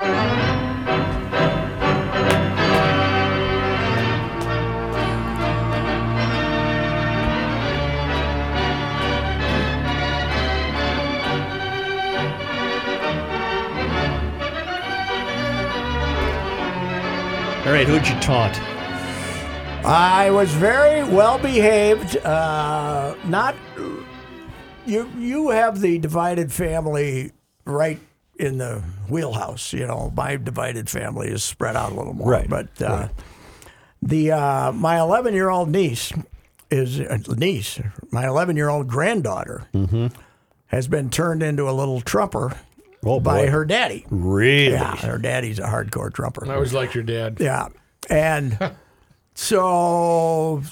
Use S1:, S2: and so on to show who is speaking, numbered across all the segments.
S1: Yep.
S2: All right, who'd you taunt?
S3: I was very well behaved. Uh, not you. You have the divided family right in the wheelhouse. You know, my divided family is spread out a little more.
S2: Right,
S3: But uh, the uh, my 11 year old niece is uh, niece. My 11 year old granddaughter
S2: Mm-hmm.
S3: has been turned into a little trumper
S2: Oh,
S3: by
S2: boy.
S3: her daddy.
S2: Really?
S3: Yeah, her daddy's a hardcore trumper.
S1: I always liked your dad.
S3: Yeah. And so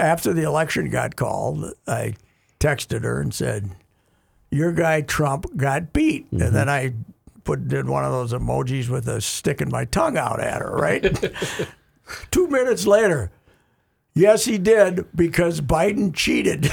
S3: after the election got called, I texted her and said, Your guy Trump got beat. And then I put did one of those emojis with a sticking my tongue out at her, right? Two minutes later, yes, he did because Biden cheated.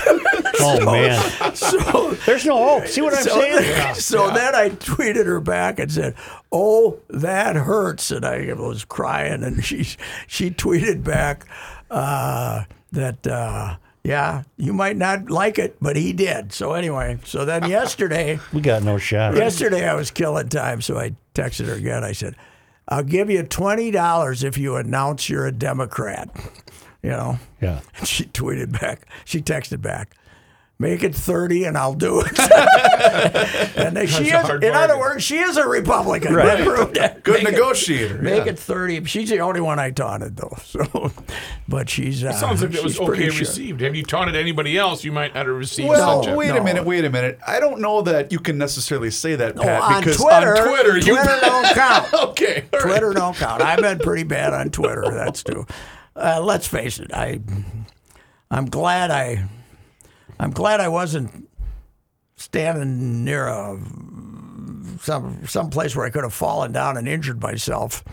S2: Oh, man.
S3: so
S2: There's no hope. See what I'm
S3: so
S2: saying?
S3: then, so then I tweeted her back and said, "Oh, that hurts," and I was crying, and she she tweeted back uh, that. Uh, yeah, you might not like it, but he did. So anyway, so then yesterday,
S2: We got no shot.
S3: yesterday I was killing time, so I texted her again. I said, "I'll give you twenty dollars if you announce you're a Democrat." You know,
S2: Yeah.
S3: and she tweeted back. She texted back. Make it thirty, and I'll do it. and then she
S1: a
S3: is,
S1: hard
S3: in other
S1: bargain.
S3: words, she is a Republican.
S2: Right.
S3: That proved it.
S1: Good
S3: Make it-
S1: negotiator.
S3: Make
S1: yeah.
S3: it thirty. She's the only one I taunted though. So, but she's. Uh,
S1: Sounds like it was
S3: she's pretty
S1: okay
S3: sure.
S1: received. Had you taunted anybody else, you might not have received
S3: Well,
S1: such a.
S3: we-
S4: wait
S3: no.
S4: a minute, wait a minute. I don't know that you can necessarily say that,
S3: Oh,
S4: Pat,
S3: on
S4: because
S3: Twitter,
S4: on Twitter, you
S3: don't count.
S1: Okay. all right.
S3: Twitter don't count. I've been pretty bad on Twitter. That's true. Uh, let's face it. I, I'm glad I, I'm glad I wasn't standing near a some some place where I could have fallen down and injured myself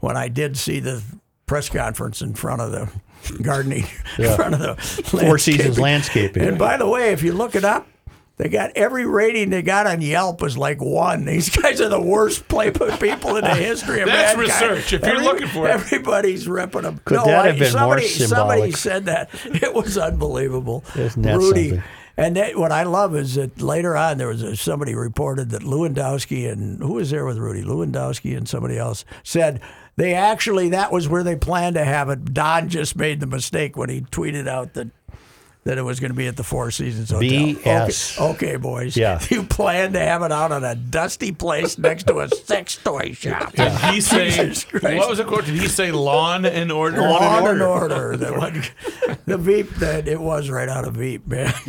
S3: when I did see the press conference in front of the gardening in front of the
S2: Four Seasons
S3: and
S2: landscaping.
S3: by the way, if you look it up, they got every rating they got on Yelp is like one. These guys are the worst play people in the history of
S1: That's
S3: mankind.
S1: research, if you're looking for it.
S3: Everybody's ripping them.
S2: Could
S3: no,
S2: that
S3: I,
S2: have been more
S3: somebody, Somebody
S2: symbolic?
S3: said that. It was unbelievable.
S2: Isn't that
S3: Rudy.
S2: something?
S3: And that, what I love is that later on there was a, somebody reported that Lewandowski and who was there with Rudy Lewandowski and somebody else said they actually that was where they planned to have it. Don just made the mistake when he tweeted out that that it was going to be at the Four Seasons Hotel.
S2: BS.
S3: Okay, okay, boys.
S2: Yeah.
S3: You planned to have it out on a dusty place next to a sex toy shop.
S1: Did he say,
S3: Jesus Christ.
S1: what was the quote? Did he say lawn and order?
S3: Lawn and Order. The, one, the Veep that it was right out of Veep, man.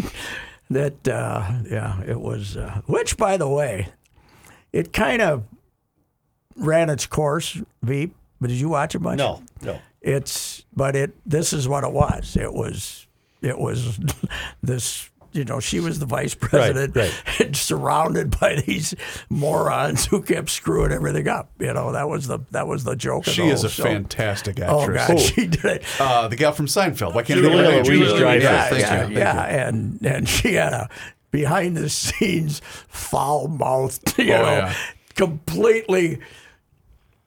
S3: That uh, yeah, it was. Uh, which, by the way, it kind of ran its course. Veep. But did you watch it much?
S2: No, no.
S3: It's but it. This is what it was. It was. It was this. You know, she was the vice president,
S2: right.
S3: and surrounded by these morons who kept screwing everything up. You know, that was the that was the joke. of
S4: She
S3: the
S4: is
S3: whole
S4: a
S3: show.
S4: fantastic
S3: Oh
S4: actress.
S3: God, she did it.
S4: Uh, the gal from Seinfeld. Why can't I
S2: Julia
S4: think of her name?
S2: Louise Dreyfus.
S3: Yeah,
S4: thank
S3: yeah,
S4: you. thank
S3: yeah. and and she had a behind the scenes foul mouthed, you
S4: Oh,
S3: know,
S4: yeah.
S3: completely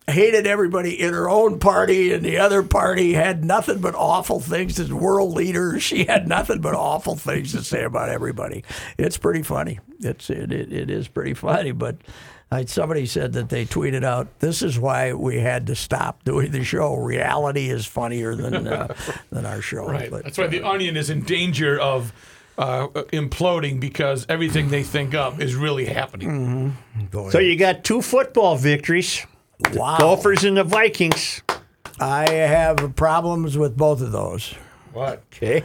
S3: hated everybody in her own party and the other party had nothing but awful things as world leader she had nothing but awful things to say about everybody it's pretty funny it's it, it, it is pretty funny but I, somebody said that they tweeted out, "This is why we had to stop doing the show. Reality is funnier than uh, than our show."
S1: Right.
S3: But,
S1: That's why the Onion is in danger of uh, imploding because everything they think up is really happening.
S3: Hmm. boy,
S5: So you got two football victories.
S3: wow.
S5: Gophers and the Vikings.
S3: I have problems with both of those.
S1: What?
S5: Okay.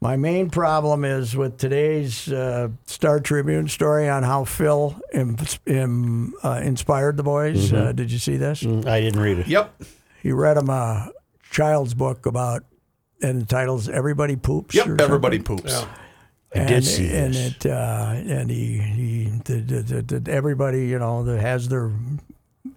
S3: My main problem is with today's uh, Star Tribune story on how Phil im- im- uh, inspired the boys.
S5: Mm-hmm.
S3: Uh, did you see this?
S5: I didn't read it.
S6: Yep.
S3: He read him a child's book about and entitles "Everybody Poops." or
S6: Yep.
S3: something.
S6: Everybody poops.
S5: I
S3: and,
S5: did see
S3: and
S5: this.
S3: it uh, and he he the, the, the, the- everybody you know that has their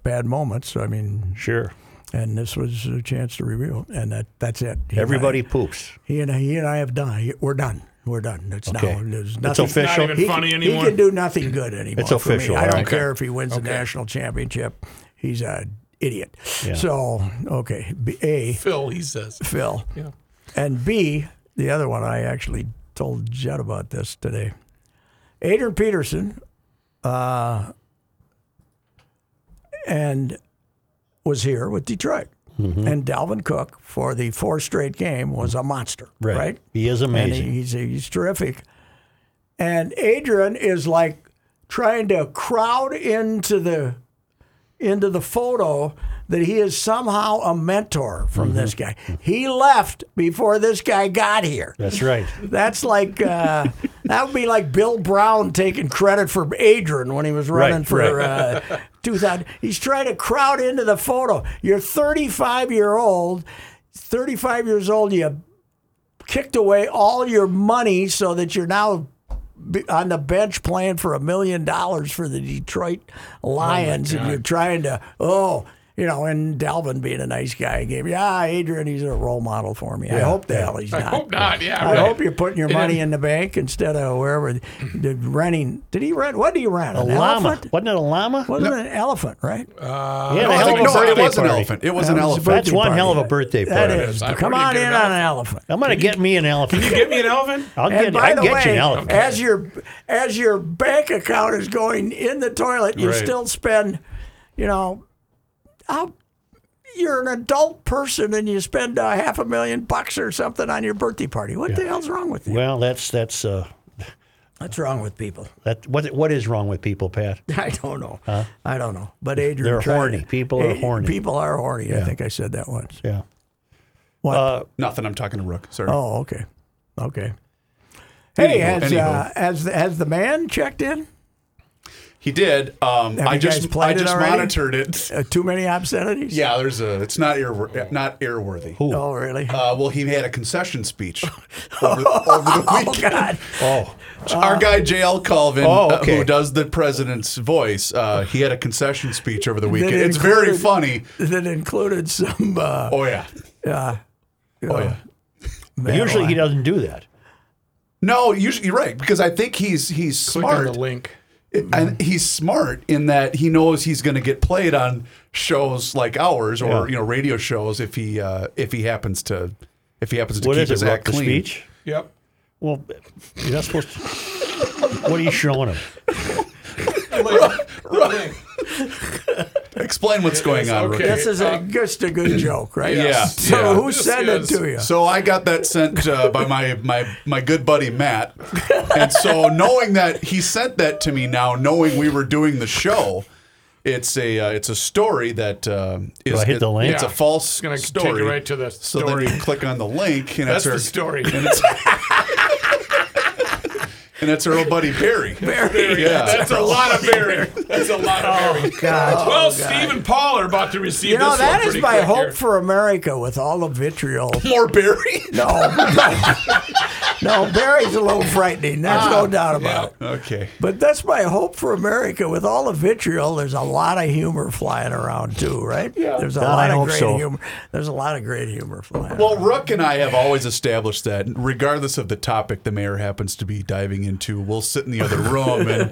S3: bad moments. I mean,
S5: Sure.
S3: and this was a chance to reveal, and that that's it. He and I-
S5: Everybody poops.
S3: he and I, he and I have done. he- We're done. We're done. It's
S5: Okay.
S3: now. There's
S5: It's
S3: nothing.
S5: official. It's not
S1: even
S3: he,
S1: funny
S3: can-
S1: anymore.
S3: He can do nothing good anymore.
S5: It's
S3: for
S5: official,
S3: Me. I
S5: all
S3: don't
S5: right.
S3: care if he wins the national championship. He's an idiot. So okay, B- a
S1: Phil, he says.
S3: Phil, and B the other one. I actually told Jed about this today. Adrian Peterson, uh, and was here with Detroit. And Dalvin Cook for the four straight game was a monster, right?
S5: He is
S3: and
S5: amazing.
S3: he's he's terrific. And Adrian is like trying to crowd into the into the photo that he is somehow a mentor from this guy. He left before this guy got here.
S5: That's right.
S3: That's like uh, that would be like Bill Brown taking credit for Adrian when he was running
S5: Right,
S3: for uh, 2000. He's trying to crowd into the photo. You're 35 year old, 35 years old. You kicked away all your money so that you're now be- on the bench playing for a million dollars for the Detroit Lions, and you're trying to oh. You know, and Dalvin being a nice guy gave me, ah, Adrian, he's a role model for me. I hope the hell he's
S1: I
S3: not.
S1: hope not. Yeah.
S3: I
S1: right.
S3: hope you're putting your
S1: And
S3: money
S1: then-
S3: in the bank instead of wherever. The renting. Did he rent? What did he rent?
S5: A
S3: An
S5: llama.
S3: elephant?
S5: Wasn't it a llama?
S3: Wasn't it an elephant, right?
S5: yeah,
S6: No,
S5: a
S6: I
S5: hell
S6: think-
S5: of
S6: no,
S5: a
S6: it
S5: birthday
S6: was an
S5: party.
S6: elephant. It was an
S3: That was a
S6: elephant.
S5: That's one
S3: Birthday
S5: hell of a
S3: party.
S5: birthday
S3: that
S5: party.
S3: is.
S1: I-
S3: Come
S1: where do you
S3: on in
S1: get an
S3: on an elephant.
S5: I'm gonna get me an elephant.
S1: Get me an elephant?
S5: I'll
S3: And
S5: get,
S3: by
S5: I
S3: the
S5: get you an
S3: way,
S5: elephant.
S3: as your as your bank account is going in the toilet, you
S6: Right.
S3: still spend, you know, how you're an adult person and you spend uh, half a million bucks or something on your birthday party. What the hell's wrong with you?
S5: Well, that's that's uh,
S3: What's wrong with people?
S5: that what what is wrong with people, Pat?
S3: I don't know. I don't know. But Adrian,
S5: They're
S3: tried-
S5: horny. People are
S3: Hey,
S5: horny.
S3: People are horny. I think I said that once.
S5: Yeah.
S3: What?
S6: Nothing. I'm talking to Rook. Sorry.
S3: oh, okay, okay.
S6: Anywho,
S3: Hey, has uh,
S6: anywho.
S3: has the, has the man checked in?
S6: He did. Um,
S3: Have
S6: I
S3: you guys
S6: just
S3: played
S6: I
S3: it
S6: just
S3: already?
S6: monitored it.
S3: Uh, too many obscenities.
S6: Yeah, there's a. It's not ear not airworthy.
S3: Oh, really?
S6: Uh, well, he had a concession speech over, over the
S3: oh
S6: weekend.
S3: God.
S5: Oh,
S6: Our guy JL Colvin,
S5: Oh,
S6: uh,
S5: okay.
S6: who does the president's voice, uh, he had a concession speech over the weekend.
S3: it
S6: It's very
S3: included-
S6: funny.
S3: That included some. Uh,
S6: Oh yeah,
S3: oh yeah.
S5: usually he doesn't do that.
S6: no, usually you're right because I think he's he's
S1: Click on
S6: smart.
S1: the link.
S5: Mm-hmm.
S6: and he's smart in that he knows he's going to get played on shows like ours or
S5: Yeah.
S6: you know radio shows if he uh, if he happens to if he happens to
S5: What
S6: keep
S5: is
S6: his
S5: it? Rock
S6: act
S5: the
S6: clean.
S5: speech?
S1: Yep.
S5: Well, you're not supposed to. What are you showing him?
S1: Link.
S6: Explain what's going on.
S1: okay.
S6: Rookie.
S3: This is a,
S1: Um,
S3: uh, just a good joke, right?
S6: Yeah,
S3: So
S6: yeah.
S3: who
S1: This
S3: sent
S1: is-
S3: it to you?
S6: So I got that sent uh, by my, my my good buddy Matt, and so knowing that he sent that to me now, knowing we were doing the show, it's a uh, it's a story that uh, is
S5: I hit the link?
S6: It's
S1: Yeah.
S6: a false
S1: It's gonna take
S6: story.
S1: you right to the
S6: So then
S1: story.
S6: you click on the link, and
S1: That's
S6: it's our,
S1: the story.
S6: and it's, and it's our old buddy Barry.
S3: Barry.
S6: Yeah.
S1: That's a lot of bearing. That's a lot of bearing.
S3: Oh,
S4: Oh,
S3: God.
S1: well, Steve and Paul are about to receive
S3: You know
S1: this
S3: that
S1: one
S3: is
S1: pretty
S3: my
S1: quick
S3: hope
S1: here.
S3: for America with all the vitriol.
S6: More Barry.
S3: No, no, Barry's a little frightening. There's no
S1: Ah,
S3: doubt about it.
S6: Okay.
S3: But that's my hope for America. With all the vitriol, there's a lot of humor flying around too, right? Yeah. There's a
S5: God,
S3: lot
S5: I
S3: of
S5: hope
S3: great
S5: so.
S3: humor. There's a lot of great humor flying.
S6: Well, Rook and I have always established that, regardless of the topic the mayor happens to be diving into, we'll sit in the other room and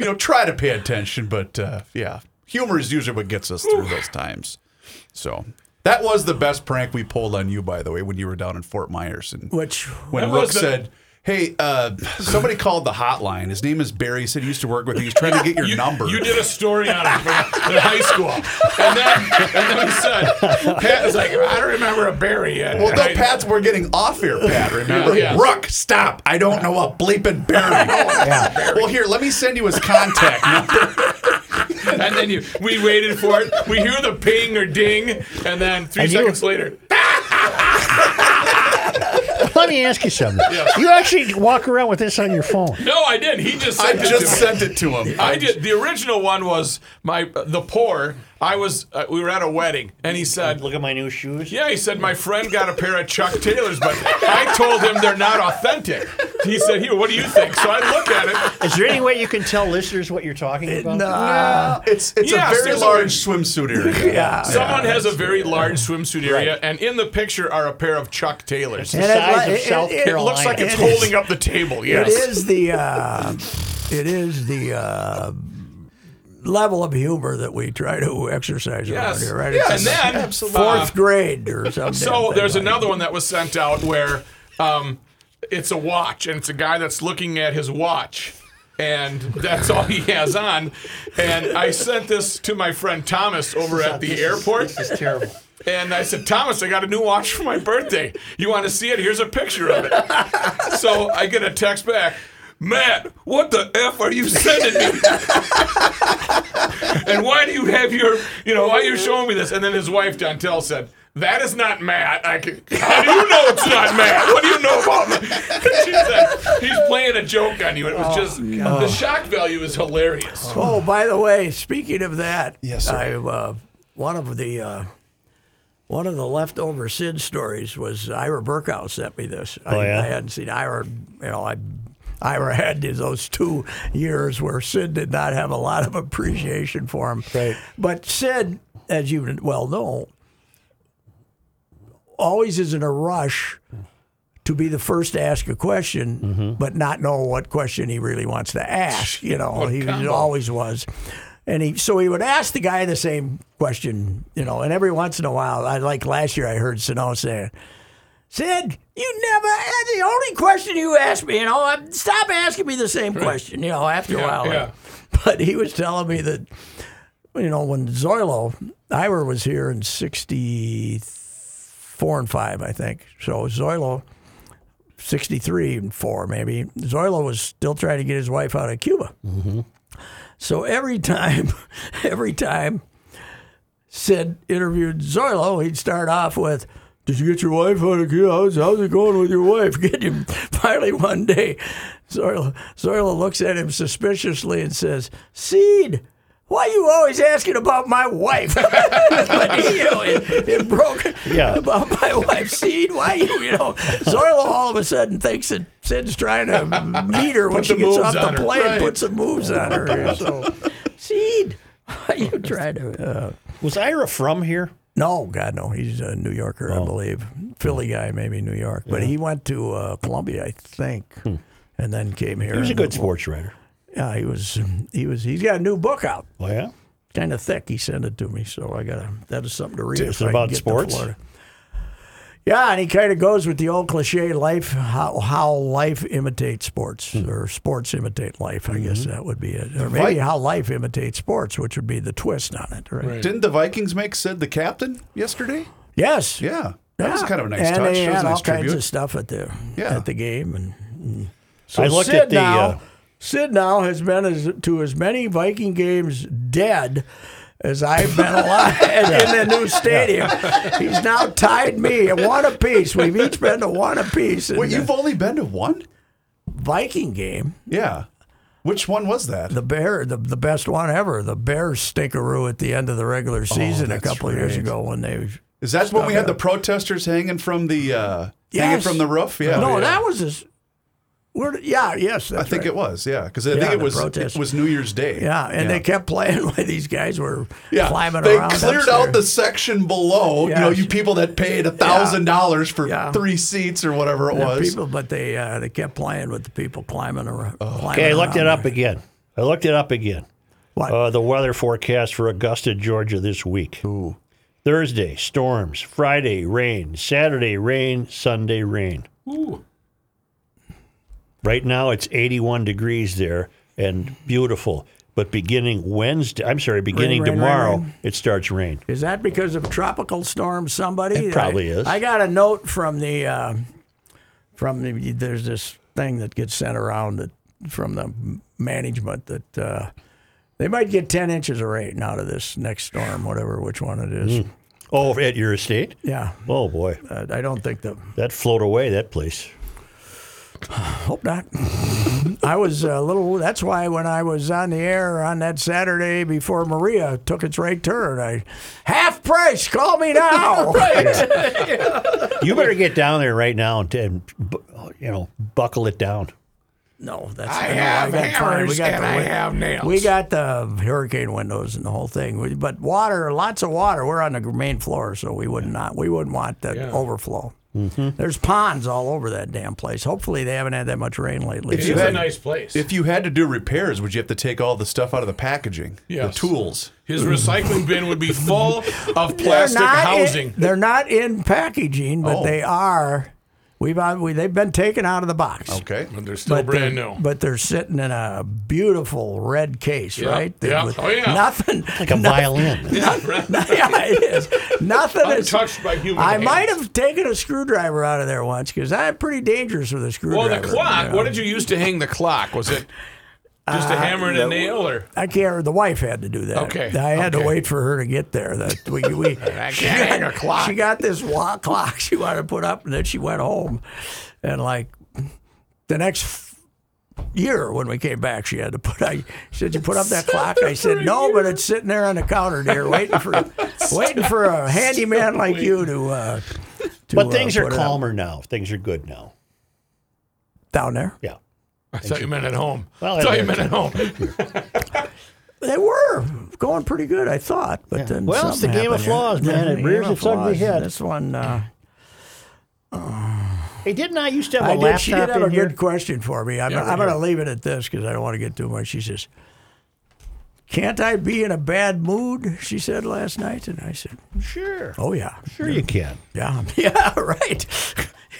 S6: you know try to pay attention. But uh, yeah, humor is usually what gets us through those times. So that was the best prank we pulled on you, by the way, when you were down in Fort Myers and
S3: Which-
S6: when
S1: That
S6: Rook
S1: was the-
S6: said.
S4: Hey, uh, somebody called the hotline. His name is Barry. He said he used to work with you. He's trying to get your
S1: you,
S4: number.
S1: You did a story on it from- in high school, and then and then he said, "Pat was like, I don't remember a Barry yet."
S4: Well,
S1: And
S4: no,
S1: I-
S4: Pat's, we're getting off here, Pat. Remember?
S1: Yeah. Oh,
S4: Rook, stop. I don't know a bleeping Barry. Well, here, let me send you his contact number.
S1: and then you, we waited for it. We hear the ping or ding, and then three
S2: And you-
S1: seconds later,
S2: Let me ask you something. You actually walk around with this on your phone.
S1: no, I didn't. He just
S4: I
S1: sent it to
S4: just
S1: me.
S4: sent it to him.
S1: I did. The original one was my the poor. I was uh, we were at a wedding, and he said,
S5: Look at my new shoes.
S1: Yeah, he said my friend got a pair of Chuck Taylors, but I told him they're not authentic. He said, "Here, what do you think?" So I look at it.
S5: Is there any way you can tell listeners what you're talking about?
S3: Nah.
S4: It's it's
S1: Yeah,
S4: a very
S1: seriously.
S4: large swimsuit area.
S3: Yeah.
S1: Someone has a very large swimsuit area, and in the picture are a pair of Chuck Taylors.
S5: The
S3: And it
S5: size
S3: li-
S5: of
S3: it-
S5: South
S3: it- it
S1: It
S5: Carolina.
S1: looks like it's
S3: It
S1: holding up the table. Yes.
S3: It is the uh, it is the uh, level of humor that we try to exercise
S1: Yes.
S3: around here, right?
S1: Yeah,
S3: It's
S1: and then
S3: fourth
S1: uh,
S3: grade or something.
S1: So there's another one that was sent out where um, it's a watch, and it's a guy that's looking at his watch, and that's all he has on. And I sent this to my friend Thomas over at the airport.
S5: This is terrible.
S1: And I said, Thomas, I got a new watch for my birthday. You want to see it? Here's a picture of it. so I get a text back, Matt, what the F are you sending me? and why do you have your, you know, why are you showing me this? And then his wife, Dontel, said, that is not Matt. I can, how do you know it's not Matt? What do you know about me? she said, he's playing a joke on you. And it was just, the shock value is hilarious.
S3: Oh, by the way, speaking of that,
S4: Yes, sir.
S3: I uh, one of the uh, one of the leftover Sid stories was Ira Burkow sent me this.
S5: Oh,
S3: I,
S5: yeah?
S3: I hadn't seen Ira. You know, I Ira had those two years where Sid did not have a lot of appreciation for him.
S5: Right.
S3: But Sid, as you well know, always is in a rush to be the first to ask a question,
S1: Mm-hmm.
S3: but not know what question he really wants to ask. You know, he
S1: combo.
S3: always was. And he, so he would ask the guy the same question, you know, and every once in a while, I like last year I heard Sano say, Sid, you never, that's the only question you asked me, you know, I'm- stop asking me the same question, you know, after a
S1: Yeah,
S3: while.
S1: yeah.
S3: But he was telling me that, you know, when Zoilo, Ira was here in 64 and 5, I think. So Zoilo, 63 and 4 maybe Zoilo was still trying to get his wife out of Cuba. So every time every time Sid interviewed Zoilo, he'd start off with did you get your wife out of Cuba? How's, how's it going with your wife? Get him. Finally, one day, Zoilo, Zoilo looks at him suspiciously and says, Seed, why you always asking about my wife? but, you know, it, it broke
S2: Yeah.
S3: about my wife, Seed. Why you, you know, Zorlo all of a sudden thinks that Sid's trying to meet her when
S1: Put
S3: she
S1: some
S3: gets
S1: moves
S3: off
S1: on
S3: the
S1: her.
S3: plane
S1: Right.
S3: and put some moves on her. So, Seed, why you trying to? Uh,
S5: Was Ira from here?
S3: no, God, no. He's a New Yorker, I believe. Philly guy, maybe New York. But he went to uh, Columbia, I think, and then came here.
S5: He was a
S3: and-
S5: good sports writer.
S3: Yeah, he was. He was. He's got a new book out.
S5: Oh yeah.
S3: kind of thick. He sent it to me, so I got to that is something to read.
S5: Is
S3: if
S5: it
S3: I can
S5: about
S3: get to
S5: sports?
S3: Florida. Yeah, and he kind of goes with the old cliche: life, how how life imitates sports,
S5: Hmm.
S3: or sports imitate life. I
S5: Mm-hmm.
S3: guess that would be it, or maybe
S4: Right.
S3: how life imitates sports, which would be the twist on it, right?
S4: Didn't the Vikings make Sid the captain yesterday?
S3: Yes,
S4: Yeah. That was
S3: Yeah.
S4: kind of a nice
S3: and
S4: touch.
S3: They
S4: That was
S3: had
S4: a nice
S3: all kinds
S4: tribute.
S3: of stuff at the
S4: Yeah.
S3: at the game, and
S5: So I looked
S3: Sid
S5: at the.
S3: now,
S5: uh,
S3: Sid now has been as, to as many Viking games dead as I've been alive in the new stadium. He's now tied me at one apiece. We've each been to one apiece. in
S4: Wait,
S3: the
S4: you've only been to one?
S3: Viking game,
S4: Yeah. Which one was that?
S3: the Bear, the, the best one ever, the Bears stinkeroo at the end of the regular season a
S4: Oh, that's
S3: couple of years
S4: right.
S3: ago when they.
S4: Is that when we had the protesters hanging from the uh, hanging
S3: Yes.
S4: from the roof? Yeah. Oh,
S3: no,
S4: yeah.
S3: that was his. Where, yeah, yes, that's
S4: I think
S3: right.
S4: it was, yeah, because I
S3: Yeah,
S4: think it
S3: the
S4: was
S3: protest.
S4: it was New Year's Day.
S3: Yeah, and they kept playing while these guys were
S4: Yeah,
S3: climbing
S4: they
S3: around.
S4: cleared
S3: upstairs.
S4: out the section below. You know,
S3: Yes.
S4: you people that paid a thousand dollars for
S3: Yeah.
S4: three seats or whatever it
S3: The
S4: was.
S3: people, but they uh, they kept playing with the people climbing around.
S4: Oh.
S5: okay, I looked it up again. I looked it up again.
S3: What?
S5: Uh, the weather forecast for Augusta, Georgia this week. Thursday, storms. Friday, rain. Saturday, rain. Sunday, rain.
S1: Ooh.
S5: Right now it's 81 degrees there and beautiful. But beginning Wednesday, I'm sorry, beginning
S3: rain, rain,
S5: tomorrow,
S3: rain.
S5: it starts rain.
S3: Is that because of tropical storm somebody?
S5: It probably
S3: I-
S5: is.
S3: I got a note from the uh, from the there's this thing that gets sent around that from the management that uh, they might get 10 inches of rain out of this next storm, whatever which one it is.
S5: Oh, at your estate?
S3: Yeah,
S5: Oh boy,
S3: uh, I don't think the
S5: that float away that place.
S3: Hope not. I was a little. That's why when I was on the air on that Saturday before Maria took its right turn, I half price. Call me now.
S5: You better get down there right now and, and bu- you know buckle it down.
S3: No, that's
S1: I
S3: no,
S1: have
S3: got furnace,
S1: hammers
S3: we got
S1: and
S3: the
S1: I
S3: win-
S1: have nails.
S3: We got the hurricane windows and the whole thing, We- but water, lots of water. We're on the main floor, so we would not, we wouldn't want that overflow. There's ponds all over that damn place. Hopefully, they haven't had that much rain lately.
S1: It's
S4: you
S1: a
S4: had-
S1: nice place.
S4: If you had to do repairs, would you have to take all the stuff out of the packaging?
S1: Yes.
S4: The tools.
S1: His recycling bin would be full of
S3: They're
S1: plastic
S3: not in-
S1: housing.
S3: they're not in packaging, but
S4: Oh.
S3: they are. We've uh, we, they've been taken out of the box.
S4: Okay.
S1: but they're still brand
S3: they're,
S1: new.
S3: But they're sitting in a beautiful red case,
S1: Yeah,
S3: right? They-
S1: yeah,
S3: with
S1: oh, yeah.
S3: Nothing.
S5: Like a violin.
S3: yeah, it is. Nothing is
S1: Untouched by human
S3: I
S1: hands.
S3: might have taken a screwdriver out of there once because I'm pretty dangerous with a
S1: well,
S3: screwdriver.
S1: the clock.
S3: you know.
S1: What did you use to hang the clock? Was it just a hammer and a nail, or
S3: I can't. The wife had to do that.
S1: Okay,
S3: I had
S1: okay.
S3: to wait for her to get there. That we, we
S1: I can't
S3: she,
S1: hang a
S3: got,
S1: clock.
S3: she got this wa- clock she wanted to put up, and then she went home, and like the next f- year when we came back, she had to put. I she said, "You put up that clock?" I said, "No, but it's sitting there on the counter, dear, waiting for waiting for a handyman like you to." Uh, to,
S5: But
S3: uh,
S5: things are
S3: put it up
S5: calmer now. Things are good now.
S3: down there.
S5: Yeah.
S1: I thought you meant at home.
S5: Well,
S1: I thought
S5: I-
S1: you meant at home.
S3: They were going pretty good, I thought, but then
S5: Well, it's
S3: something
S5: the game of
S3: happened here.
S5: flaws, man.
S3: Yeah,
S5: It
S3: the
S5: rears
S3: game of
S5: its ugly
S3: flaws.
S5: head.
S3: This one. Uh,
S5: Hey, didn't I used to have a
S3: I did.
S5: laptop
S3: She did have
S5: in
S3: a
S5: here?
S3: good question for me. I'm,
S1: Yeah,
S3: I'm
S1: right
S3: going to leave it at this because I don't want to get too much. She says, "Can't I be in a bad mood?" She said last night, and I said,
S5: Sure.
S3: "Oh yeah,
S5: Sure you can.
S3: yeah, yeah, right,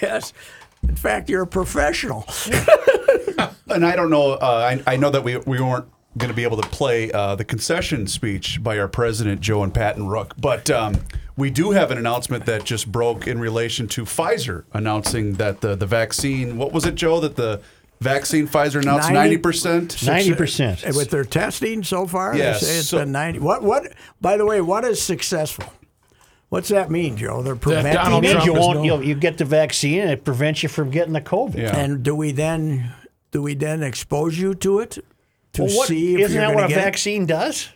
S3: yes." In fact, you're a professional.
S4: And I don't know. Uh, I, I know that we, we weren't going to be able to play uh, the concession speech by our president, Joe and Patton Rook, but um, we do have an announcement that just broke in relation to Pfizer announcing that the, the vaccine, what was it, Joe, that the vaccine Pfizer announced
S3: 90
S4: 90%?
S5: 90%.
S3: with their testing so far,
S4: Yes,
S3: they say it's
S4: so-
S3: been 90. What? What? By the way, what is successful? What's that mean, Joe? They're
S1: Donald
S3: preventing
S5: Means
S1: Trump
S5: you
S1: is
S5: won't,
S1: no-
S5: you, you get the vaccine and it prevents you from getting the COVID.
S4: Yeah.
S3: And do we then do we then expose you to it to
S5: Well, what,
S3: see if
S5: isn't
S3: you're
S5: that
S3: gonna
S5: what a
S3: get it?
S5: vaccine does?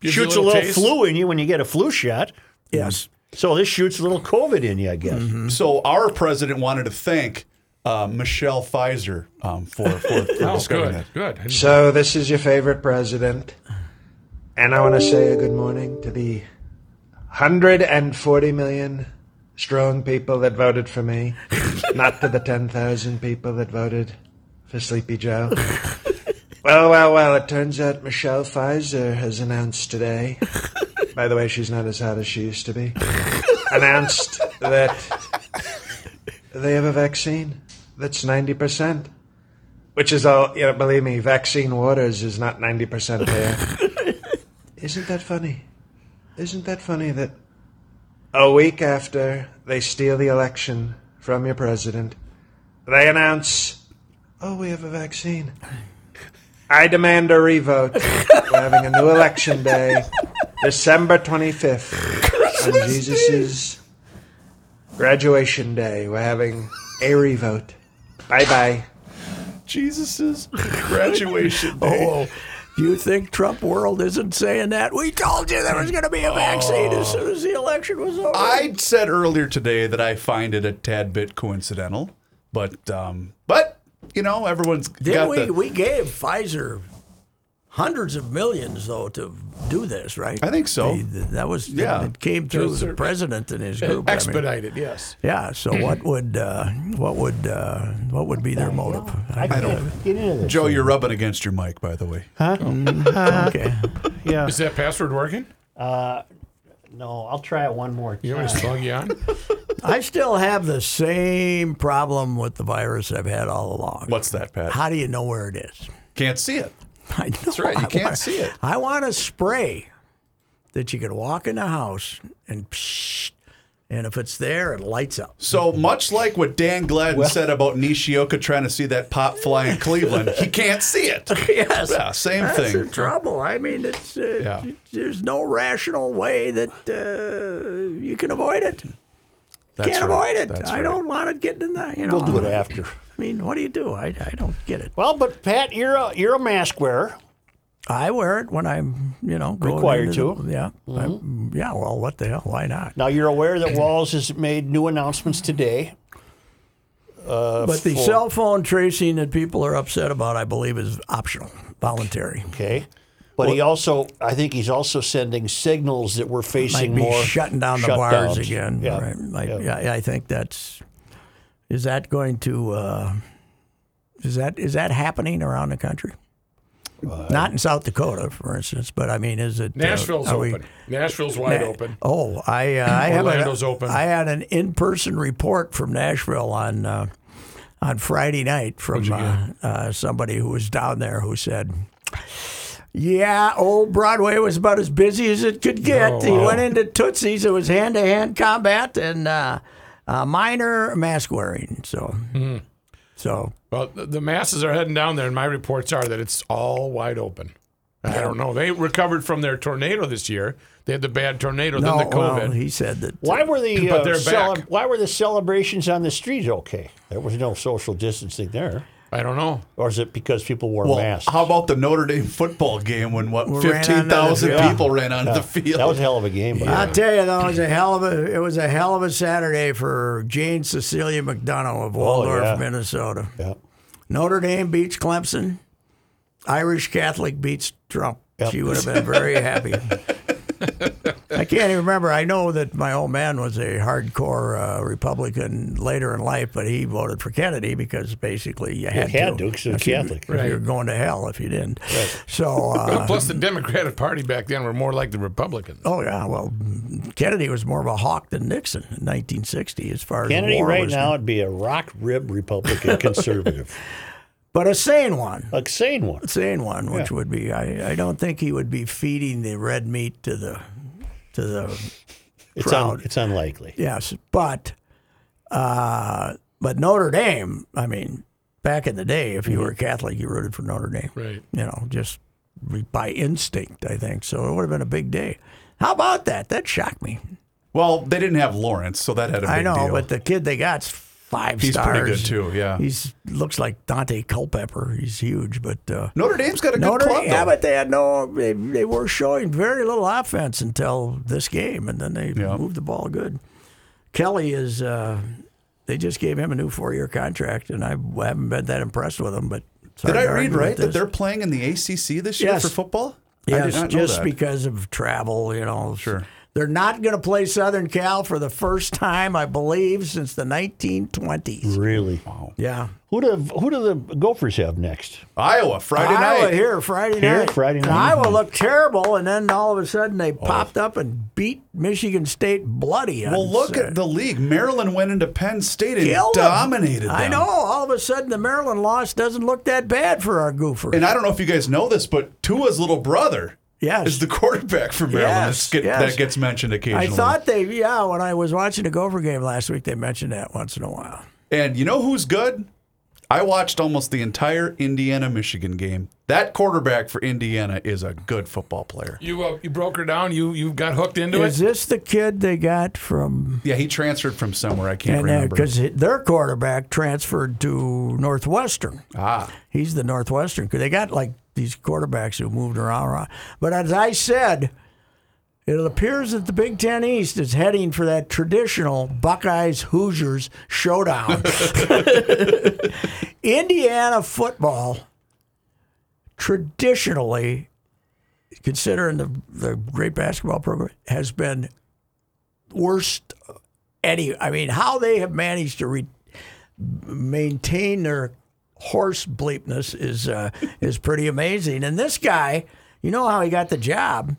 S1: Gives you
S5: shoots a little,
S1: taste.
S5: flu in you when you get a flu shot.
S3: Yes. Mm-hmm.
S5: So this shoots a little COVID in you, I guess.
S4: So our president wanted to thank uh, Michelle Pfizer um, for, for, for
S1: Oh, good,
S4: discovering that.
S1: good.
S7: Mm-hmm. So, this is your favorite president. And I want to say a good morning to the 140 million strong people that voted for me, not to the 10,000 people that voted for Sleepy Joe. Well, well, well, it turns out Michelle Pfizer has announced today. By the way, she's not as hot as she used to be. Announced that they have a vaccine that's 90%. Which is all, you know, believe me, vaccine waters is not 90% there. Isn't that funny? Isn't that funny that a week after they steal the election from your president, they announce, oh, we have a vaccine. I demand a revote. We're having a new election day, December 25th, on Jesus' graduation day. We're having a revote. Bye bye.
S4: Jesus's graduation day.
S3: Oh, do you think Trump world isn't saying that? We told you there was going to be a vaccine as soon as the election was over.
S4: Oh. I said earlier today that I find it a tad bit coincidental, but um, but you know everyone's
S3: Did
S4: got
S3: we?
S4: the.
S3: We gave Pfizer hundreds of millions though to do this, right?
S4: I think so.
S3: The- the- that was
S4: Yeah.
S3: It came through the president and his group. I mean,
S1: Expedited, yes.
S3: yeah. So what would uh, what would uh, what would be their motive? I,
S5: don't get into this.
S4: Joe, you're rubbing against your mic, by the way.
S3: okay.
S1: Is that password working?
S2: No, I'll try it one more
S1: You
S2: time.
S1: want
S3: Uh,
S1: to slug you on?
S3: I still have the same problem with the virus I've had all along.
S4: What's that, Pat?
S3: How do you know where it is?
S4: Can't see it.
S3: I know. That's
S4: right, you
S3: I
S4: can't
S3: wanna-
S4: see it.
S3: I want a spray that you can walk in the house and psh, and if it's there, it lights up.
S4: So much like what Dan Gladden said about Nishioka trying to see that pop fly in Cleveland, he can't see it.
S3: yes.
S4: Yeah, same
S3: That's
S4: thing.
S3: the trouble. I mean, it's uh,
S4: Yeah.
S3: there's no rational way that uh, you can avoid it.
S4: That's
S3: Can't
S4: right.
S3: avoid it.
S4: That's
S3: I
S4: right.
S3: don't want it getting in the. You know,
S5: We'll do it after.
S3: I mean, what do you do? I, I don't get it.
S2: Well, but Pat, you're a you're a mask wearer.
S3: I wear it when I'm, you know, going
S2: Required
S3: into
S2: to.
S3: the- yeah. I'm- yeah. Well, what the hell? Why not?
S2: Now you're aware that Walls has made new announcements today.
S3: but the cell phone tracing that people are upset about, I believe, is optional, voluntary.
S2: Okay. But he also, I think he's also sending signals that we're facing
S3: Might be
S2: more
S3: shutting down the
S2: shutdowns.
S3: bars again.
S2: Yeah.
S3: Right. Like, I, I think that's. Is that going to? Uh, is that is that happening around the country? Not in South Dakota, for instance, but I mean, is it uh,
S1: Nashville's
S3: are we-
S1: open. Nashville's wide
S3: Na-
S1: open.
S3: Oh, I uh, I have
S1: Orlando's
S3: a,
S1: open.
S3: I had an in-person report from Nashville on uh, on Friday night from uh, uh, somebody who was down there who said. Yeah, old Broadway was about as busy as it could get.
S1: Oh,
S3: he
S1: wow.
S3: went into Tootsie's. It was hand to hand combat and uh, uh, minor mask wearing. So,
S1: Hmm.
S3: so
S1: Well, th- the masses are heading down there, and my reports are that it's all wide open. I don't know. They recovered from their tornado this year. They had the bad tornado,
S3: no,
S1: then the COVID.
S3: well, he said that.
S2: Why were the
S1: But
S2: uh,
S1: they're
S2: cele-
S1: back.
S2: why were the celebrations on the street okay? There was no social distancing there,
S1: I don't know.
S2: or is it because people wore
S4: Well,
S2: masks?
S4: how about the Notre Dame football game when what
S3: Ran onto the
S4: fifteen thousand
S3: field.
S4: people ran onto the field?
S2: that was a hell of a game. By the
S3: I'll
S2: way.
S3: tell you, though, it was a hell of a it was a hell of a Saturday for Jane Cecilia McDonough of Waldorf,
S2: Oh, yeah.
S3: Minnesota.
S2: Yeah.
S3: Notre Dame beats Clemson. Irish Catholic beats Trump.
S2: Yep.
S3: She would have been very happy. I can't even remember. I know that my old man was a hardcore uh, Republican later in life, but he voted for Kennedy because basically you had,
S2: had
S3: to.
S2: to, 'cause he was
S3: If you-
S2: Catholic.
S3: if You're going to hell if you didn't. So
S1: Well,
S3: uh,
S1: plus, the Democratic Party back then were more like the Republicans.
S3: Oh yeah, well, Kennedy was more of a hawk than Nixon in 1960, as far as
S2: Kennedy
S3: war
S2: right
S3: was-
S2: now would be a rock rib Republican conservative,
S3: but a sane one,
S2: a sane one.
S3: a sane one, which would be I, I don't think he would be feeding the red meat to the to the
S2: It's
S3: Proud.
S2: un, it's unlikely.
S3: yes, but uh, but Notre Dame, I mean, back in the day, if you
S2: Mm-hmm.
S3: were a Catholic, you rooted for Notre Dame,
S1: Right.
S3: You know, just re- by instinct, I think. So it would have been a big day. How about that? That shocked me.
S4: well, they didn't have Lawrence, so that had a big
S3: I know,
S4: deal.
S3: but the kid they got's five
S4: He's
S3: stars.
S4: pretty good too. Yeah,
S3: He's looks like Dante Culpepper. He's huge, but uh,
S4: Notre Dame's got a good
S3: Notre
S4: club.
S3: Dame. Yeah,
S4: though.
S3: but they had no. They, they were showing very little offense until this game, and then they
S4: Yeah.
S3: moved the ball good. Kelly is. Uh, they just gave him a new four-year contract, and I haven't been that impressed with him. But it's
S4: Did
S3: hard
S4: I
S3: to
S4: read
S3: argue with
S4: right that
S3: this.
S4: they're playing in the ACC this year
S3: Yes.
S4: for football? I did
S3: Yes,
S4: not know
S3: just
S4: that.
S3: because of travel, you know.
S4: Sure.
S3: They're not going to play Southern Cal for the first time, I believe, since the 1920s.
S2: Really?
S3: Yeah.
S2: Who do who do the Gophers have next?
S4: Iowa Friday
S3: Iowa
S4: night.
S3: here Friday
S2: Here,
S3: night.
S2: Friday
S3: And
S2: night.
S3: Iowa looked terrible, and then all of a sudden they
S4: Oh.
S3: popped up and beat Michigan State bloody. on
S4: Well, look
S3: Saturday.
S4: at the league. Maryland went into Penn State and
S3: Killed 'em.
S4: dominated them.
S3: I know. All of a sudden, the Maryland loss doesn't look that bad for our goofers.
S4: And I don't know if you guys know this, but Tua's little brother
S3: Yes.
S4: is the quarterback for Maryland.
S3: Yes,
S4: That's get-
S3: yes.
S4: That gets mentioned occasionally.
S3: I thought they, yeah, when I was watching a Gopher game last week, they mentioned that once in a while.
S4: And you know who's good? I watched almost the entire Indiana Michigan game. That quarterback for Indiana is a good football player.
S1: You uh, you broke her down. You you got hooked into
S3: Is
S1: it.
S3: this the kid they got from?
S4: Yeah, he transferred from somewhere. I can't
S3: And
S4: remember.
S3: because their quarterback transferred to Northwestern.
S4: ah,
S3: He's the Northwestern. 'Cause They got like these quarterbacks who moved around. around. But as I said, it appears that the Big Ten East is heading for that traditional Buckeyes Hoosiers showdown. Indiana football traditionally, considering the, the great basketball program, has been worst. Any, I mean, how they have managed to re- maintain their horse bleepness is uh, is pretty amazing. And this guy, you know how he got the job?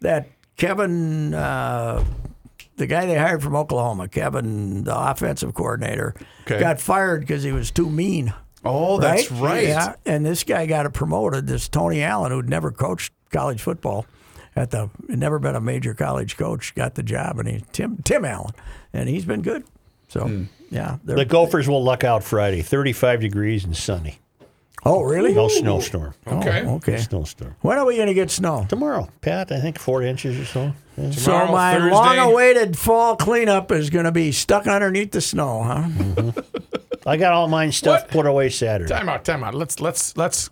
S3: That Kevin, uh, the guy they hired from Oklahoma, Kevin, the offensive coordinator,
S4: Okay.
S3: got fired because he was too mean.
S4: Oh, that's right.
S3: Yeah, and this guy got it promoted. This Tony Allen, who'd never coached college football, at the never been a major college coach, got the job, and he Tim Tim Allen, and he's been good. So
S1: Hmm.
S3: yeah, they're-
S5: The Gophers will luck out Friday. 35 degrees and sunny.
S3: oh really?
S5: No snowstorm.
S1: Okay.
S3: Oh, okay.
S5: Snowstorm.
S3: When are we going to get snow?
S5: Tomorrow, Pat, I think four inches or so. Yeah.
S3: So
S1: Tomorrow,
S3: my
S1: Thursday.
S3: long-awaited fall cleanup is going to be stuck underneath the snow, huh?
S5: I got all mine stuff
S1: What?
S5: put away Saturday.
S1: Time out, time out. Let's let's let's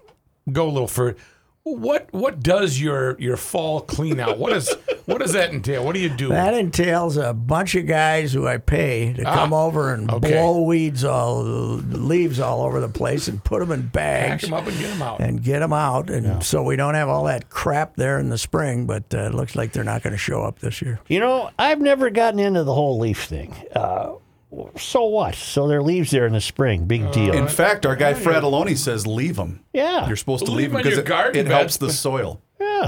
S1: go a little further. What what does your your fall clean out? What is what does that entail? What do you do?
S3: That entails a bunch of guys who I pay to come over and
S1: Ah, okay.
S3: blow weeds all leaves all over the place and put them in
S1: Pack
S3: bags
S1: them up and get them out.
S3: and get them out, and so we don't have all that crap there in the spring. But uh, it looks like they're not going to show up this year.
S5: You know, I've never gotten into the whole leaf thing. Uh, so what? So there are leaves there in the spring. Big deal.
S4: In fact, our guy Fratelloni says leave them.
S5: yeah.
S4: You're supposed to
S1: Leave
S4: leave
S1: 'em
S4: them
S1: in
S4: because
S1: your
S4: it,
S1: garden
S4: it
S1: bed.
S4: helps the soil.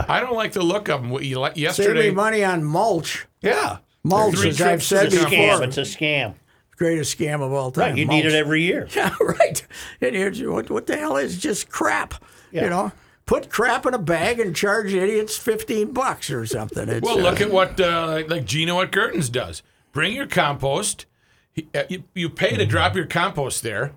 S1: I don't like the look of them. What you like
S3: Save me
S1: yesterday?
S3: money on mulch.
S4: Yeah.
S3: Mulch,
S1: Three
S3: as I've
S1: trips
S3: said
S1: to
S5: it's a
S1: the
S3: before,
S5: scam. It's a scam.
S3: greatest scam of all time.
S5: Right. You
S3: mulch.
S5: need it every year.
S3: Yeah, right. And here's what, what the hell is just crap? You know, put crap in a bag and charge idiots fifteen bucks or something. It's,
S1: Well,
S3: uh,
S1: look at what uh, like, like Gino at Curtains does. Bring your compost. He, uh, you, you pay to drop your compost there.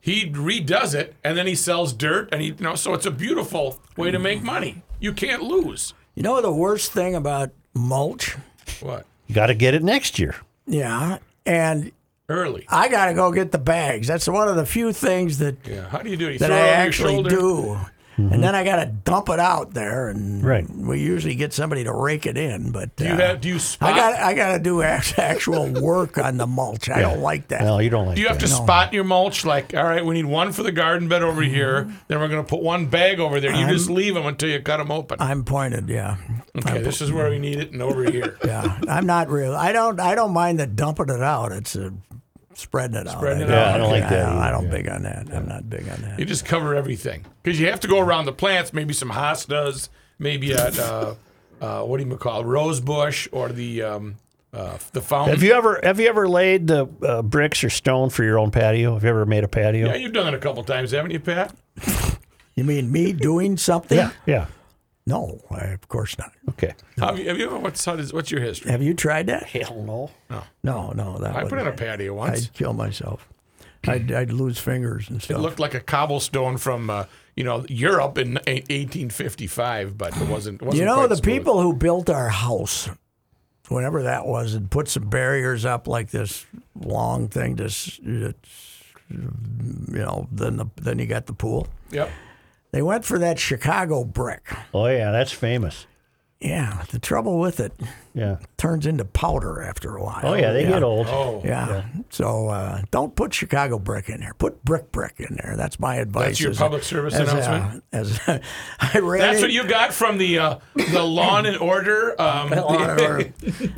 S1: He redoes it, and then he sells dirt, and he you know. So it's a beautiful way to make money. You can't lose.
S3: You know the worst thing about mulch?
S1: What
S5: You got to get it next year.
S3: Yeah. And
S1: early?
S3: I got to go get the bags. That's one of the few things that,
S1: Yeah. How do you do it? You
S3: that
S1: throw
S3: I
S1: it over your
S3: actually
S1: shoulder?
S3: do. And then I got to dump it out there. And
S5: Mm-hmm. Right.
S3: we usually get somebody to rake it in. But
S1: Do you
S3: uh,
S1: have? Do you spot?
S3: I got I got to do act- actual work on the mulch. I don't like that.
S5: No, you don't like
S1: do you have
S5: that.
S1: to spot your mulch? Like, all right, we need one for the garden bed over
S3: Mm-hmm.
S1: here. Then we're going to put one bag over there. You just leave them until you cut them open.
S3: I'm pointed, yeah.
S1: okay, this is where we need it, and over here.
S3: Yeah, I'm not real. I don't. I don't mind the dumping it out. It's uh spreading it out.
S1: Spreading it
S5: Yeah, I don't like
S3: I
S5: that
S3: don't, I
S5: either,
S3: don't big on that. I'm not big on that.
S1: You just cover everything because you have to go around the plants. Maybe some hostas, maybe a uh, uh, what do you call it, rose bush or the um, uh, the fountain.
S5: Have you ever have you ever laid the uh, bricks or stone for your own patio? Have you ever made a patio?
S1: yeah, you've done it a couple times, haven't you, Pat?
S3: You mean me doing something?
S5: yeah. yeah.
S3: No, I, of course not.
S5: Okay.
S1: Have you, have you ever? What's how does, what's your history?
S3: Have you tried that?
S5: Hell no.
S3: No, no. That
S1: I put in a patio once.
S3: I'd kill myself. I'd, I'd lose fingers and
S1: it
S3: stuff.
S1: looked like a cobblestone from uh, you know Europe in a- 1855, but it wasn't. It wasn't
S3: you know
S1: quite
S3: the
S1: smooth.
S3: people who built our house, whenever that was, and put some barriers up like this long thing. Just you know, then the, then you got the pool.
S1: Yep.
S3: They went for that Chicago brick.
S5: Oh yeah, that's famous.
S3: Yeah, the trouble with it
S5: Yeah.
S3: turns into powder after a while.
S5: Oh yeah, they get old.
S1: Oh,
S3: Yeah. So uh, don't put Chicago brick in there. Put brick brick in there. That's my
S1: That's
S3: advice.
S1: your
S3: as a-
S1: public service
S3: as a-
S1: announcement?
S3: as a- I ran
S1: that's
S3: in-
S1: what you got from the uh, the lawn and order. Um,
S3: Lawn and Order.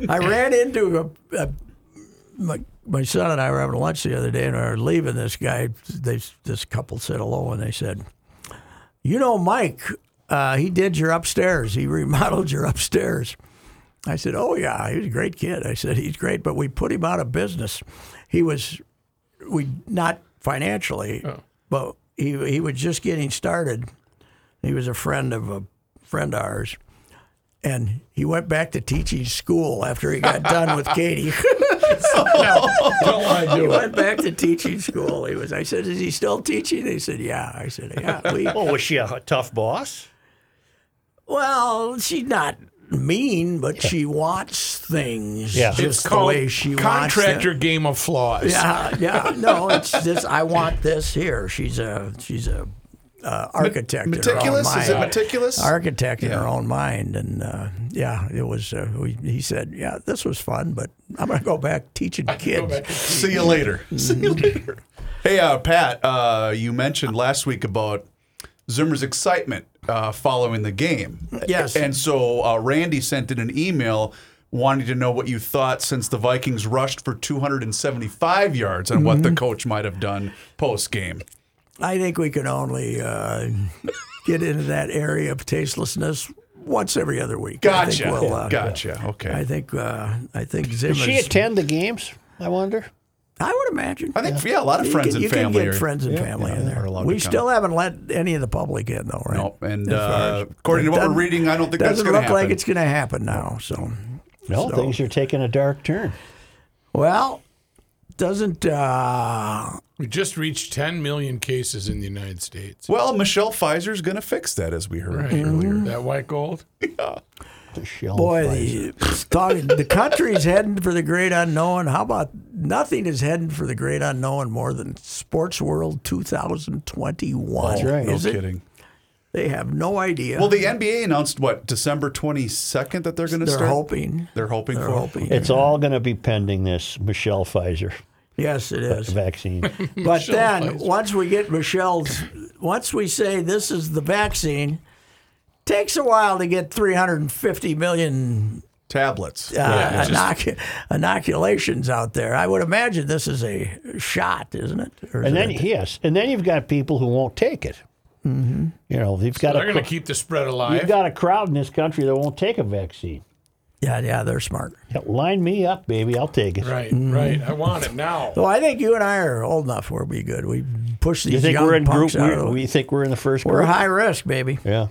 S3: I ran into a, a my, my son and I were having lunch the other day, and we were leaving. This guy, they, this couple said hello, and they said, "You know, Mike, uh, he did your upstairs. He remodeled your upstairs." I said, "Oh yeah, he was a great kid." I said, "He's great, but we put him out of business. He was, we not financially, but he he was just getting started. He was a friend of a friend of ours." and he went back to teaching school after he got done with Katie.
S1: Don't wanna
S3: he
S1: do it.
S3: went back to teaching school. He was. I said, "Is he still teaching?" They said, "Yeah." I said, "Yeah." We,
S5: Oh, was she a tough boss?
S3: well, she's not mean, but she wants things
S5: Yeah.
S3: just
S1: It's
S3: the
S1: called
S3: way she wants
S1: contractor
S3: them.
S1: game of flaws.
S3: Yeah, yeah. No, it's just I want this here. She's a she's a uh, architect. in her own
S4: Meticulous? Is it
S3: mind.
S4: meticulous?
S3: architect in her own mind. And uh, yeah, it was. Uh, we, he said, "Yeah, this was fun, but I'm going to go back teaching kids."
S4: See you later. See you later. Hey, uh, Pat, uh, you mentioned last week about Zimmer's excitement uh, following the game.
S3: Yes.
S4: And so uh, Randy sent in an email wanting to know what you thought since the Vikings rushed for 275 yards and
S3: Mm-hmm.
S4: what the coach might have done post game.
S3: I think we can only uh, get into that area of tastelessness once every other week. I
S4: Gotcha.
S3: think we'll, uh,
S4: gotcha. Okay.
S3: I think uh, I think Zimmer's.
S5: Does she attend the games? I wonder.
S3: I would imagine.
S4: I think yeah, a lot of
S3: You
S4: friends
S3: can-
S4: and
S3: you can
S4: family
S3: get
S4: are,
S3: friends and family in
S4: are
S3: there.
S4: allowed
S3: We
S4: to come.
S3: still haven't let any of the public in though, right?
S4: Nope. And
S3: As far
S4: uh,
S3: as-
S4: according to what we're
S3: doesn't-
S4: reading, I don't think that's
S3: doesn't
S4: going to
S3: look
S4: happen.
S3: like it's going to happen now. So,
S5: No,
S3: So-
S5: things are taking a dark turn.
S3: well, doesn't uh,
S1: We just reached 10 million cases in the United States.
S4: well, Michelle Pfizer's going to fix that, as we heard
S3: Mm-hmm.
S4: earlier.
S1: That white gold?
S5: The shelf
S3: boy
S5: life.
S3: the talking, the country's heading for the great unknown. How about nothing is heading for the great unknown more than Sports World 2021?
S5: That's right.
S4: No
S3: Is it?
S4: kidding.
S3: They have no idea.
S4: Well, the NBA announced what December twenty second that they're going to
S3: they're
S4: start.
S3: hoping.
S4: They're hoping
S3: They're
S4: for.
S3: hoping.
S5: It's all going to be pending this Michelle Pfizer
S3: yes, it is.
S5: vaccine.
S3: But then once we get Michelle's, once we say this is the vaccine, takes a while to get 350 million
S4: Tablets.
S3: uh, inocu- inoculations out there. I would imagine this is a shot, isn't it? Or is
S5: and
S3: it
S5: then
S3: a-
S5: yes, and then you've got people who won't take it. You know, you've got
S1: They're
S5: a
S1: going to keep the spread
S5: you've
S1: alive.
S5: got a crowd in this country that won't take a vaccine.
S3: yeah, yeah, they're smart.
S5: Yeah, line me up, baby. I'll take it.
S1: Right, right. I want it
S5: Mm.
S1: now.
S3: Well, I think you and I are old enough where we good. We push these
S5: You think
S3: young
S5: we're in group?
S3: punks out of
S5: We're,
S3: the-
S5: we think we're in the first
S3: we're
S5: group?
S3: high risk, baby.
S5: Yeah.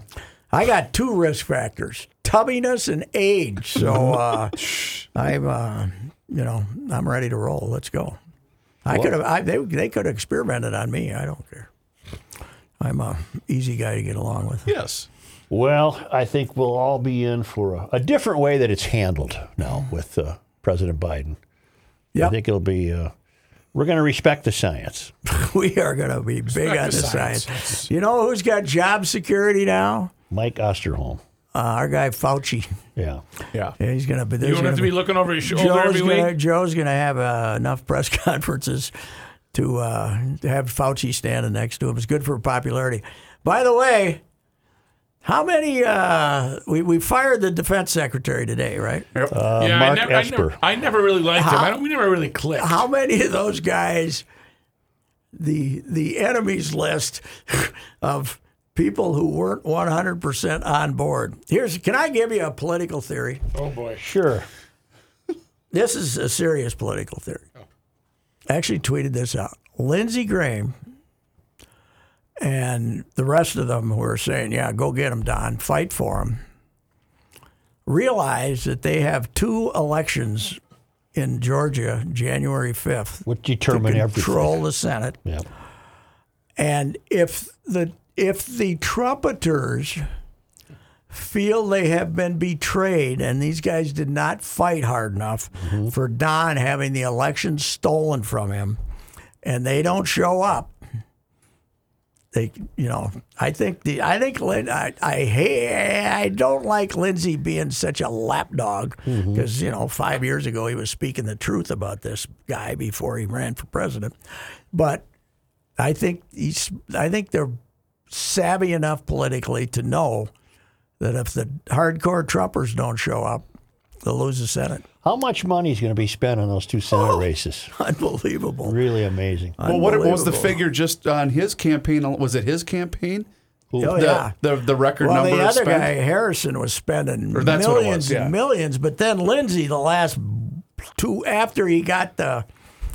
S3: I got two risk factors: tubbiness and age. So uh, I'm, uh, you know, I'm ready to roll. Let's go. I could have. I, they they could have experimented on me. I don't care. I'm a easy guy to get along with.
S4: Yes.
S5: Well, I think we'll all be in for a, a different way that it's handled now with uh, President Biden. I
S3: Yep.
S5: think it'll be. Uh, we're going to respect the science.
S3: We are going to be big on
S1: Respect
S3: the
S1: the
S3: science.
S1: science.
S3: You know who's got job security now?
S5: Mike Osterholm.
S3: Uh, our guy Fauci.
S5: Yeah.
S4: Yeah.
S3: Yeah, he's going to be.
S1: You don't have to be looking over your shoulder
S3: Joe's
S1: every week.
S3: gonna, Joe's gonna have uh, enough press conferences to, uh, to have Fauci standing next to him. It's good for popularity. By the way, how many? Uh, we we fired the defense secretary today, right?
S4: Yep.
S1: yeah,
S5: Uh, Mark
S1: I, never, I,
S5: Esper.
S1: never, I never really liked him. I don't, we never really clicked.
S3: How many of those guys? The the enemies list of people who weren't one hundred percent on board. Here's can I give you a political theory?
S1: Oh, boy.
S5: Sure.
S3: This is a serious political theory. Actually, tweeted this out. Lindsey Graham and the rest of them were saying, "Yeah, go get him, Don. Fight for him." Realize that they have two elections in Georgia, January fifth,
S5: Would
S3: to
S5: determine
S3: control
S5: everything.
S3: the Senate.
S5: Yeah.
S3: And if the if the trumpeters feel they have been betrayed and these guys did not fight hard enough for Don having the election stolen from him and they don't show up they you know I think the I think Lin, I I hate I don't like Lindsey being such a lapdog because you know 5 years ago he was speaking the truth about this guy before he ran for president but I think he's. I think they're savvy enough politically to know that if the hardcore Trumpers don't show up, they'll lose the Senate.
S5: How much money is going to be spent on those two Senate races?
S3: Unbelievable.
S5: Really amazing.
S4: Well, what, what was the
S3: Unbelievable.
S4: figure just on his campaign? Was it his campaign?
S3: Oh
S4: the,
S3: yeah.
S4: the the record
S3: Well,
S4: number
S3: the other
S4: spent?
S3: guy Harrison was spending
S4: Or that's what it was,
S3: millions
S4: yeah.
S3: and millions, but then Lindsey, the last two after he got the.